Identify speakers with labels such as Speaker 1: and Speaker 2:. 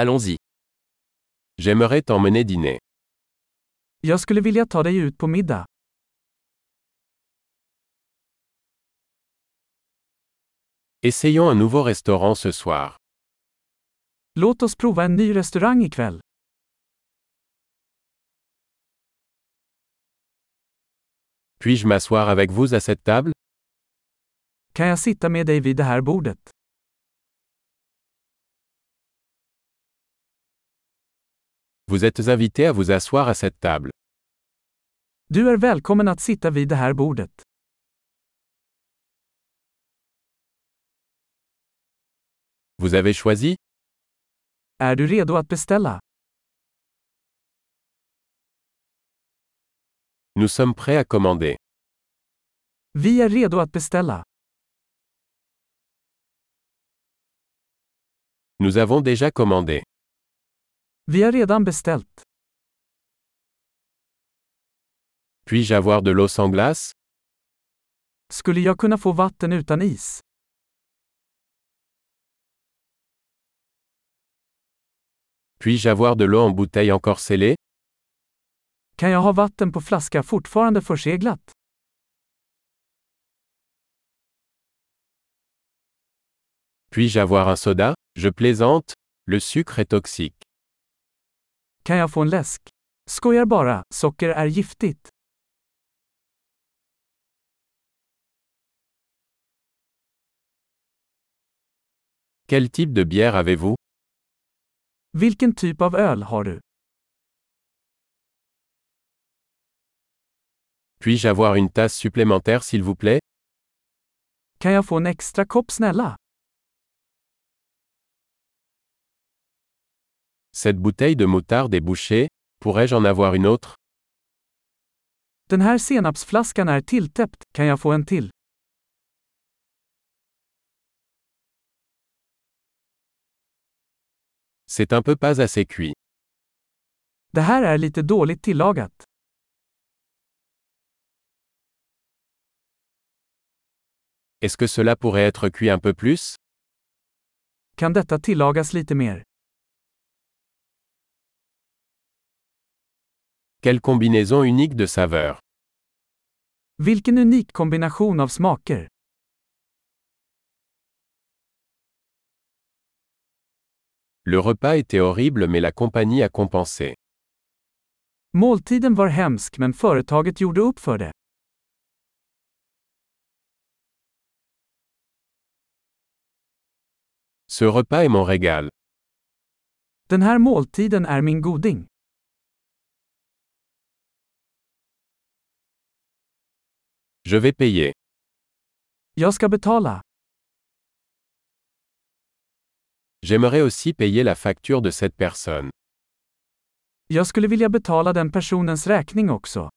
Speaker 1: Allons-y. J'aimerais t'emmener dîner.
Speaker 2: Jag skulle vilja ta dig ut på middag.
Speaker 1: Essayons un nouveau restaurant ce soir.
Speaker 2: Låt oss prova en ny restaurang ikväll.
Speaker 1: Puis-je m'asseoir avec vous à cette table
Speaker 2: Kan jag sitta med dig vid det här bordet?
Speaker 1: Vous êtes invité à vous asseoir à cette table.
Speaker 2: Du är välkommen att sitta vid det här bordet.
Speaker 1: Vous avez choisi
Speaker 2: Är du redo att beställa?
Speaker 1: Nous sommes prêts à commander.
Speaker 2: Vi är redo att beställa.
Speaker 1: Nous avons déjà commandé.
Speaker 2: Vi har redan beställt.
Speaker 1: Puis-je avoir de l'eau sans glace
Speaker 2: Skulle jag kunna få vatten utan is?
Speaker 1: Puis-je avoir de l'eau en bouteille encore scellée
Speaker 2: Kan jag ha vatten på flaska fortfarande förseglat?
Speaker 1: Puis-je avoir un soda Je plaisante. Le sucre est toxique.
Speaker 2: Kan jag få en läsk? Skojar bara, socker är giftigt.
Speaker 1: Quel type de bière avez-vous
Speaker 2: Vilken typ av öl har du?
Speaker 1: Puis-je avoir une tasse supplémentaire s'il vous plaît
Speaker 2: Kan jag få en extra kopp snälla?
Speaker 1: Cette bouteille de moutarde est bouchée. Pourrais-je en avoir une autre
Speaker 2: Den här senapsflaskan är tilltäppt, kan jag få en till?
Speaker 1: C'est un peu pas assez cuit.
Speaker 2: Det här är lite dåligt tillagat.
Speaker 1: Est-ce que cela pourrait être cuit un peu plus
Speaker 2: Kan detta tillagas lite mer?
Speaker 1: Quelle combinaison unique de saveurs.
Speaker 2: Vilken unik kombination av smaker!
Speaker 1: Le repas était horrible mais la compagnie a compensé.
Speaker 2: Måltiden var hemsk men företaget gjorde upp för det.
Speaker 1: Ce repas est mon régal.
Speaker 2: Den här måltiden är min goding.
Speaker 1: Je vais payer.
Speaker 2: Jag ska betala.
Speaker 1: J'aimerais aussi payer la facture de cette personne.
Speaker 2: Jag skulle vilja betala den personens räkning också.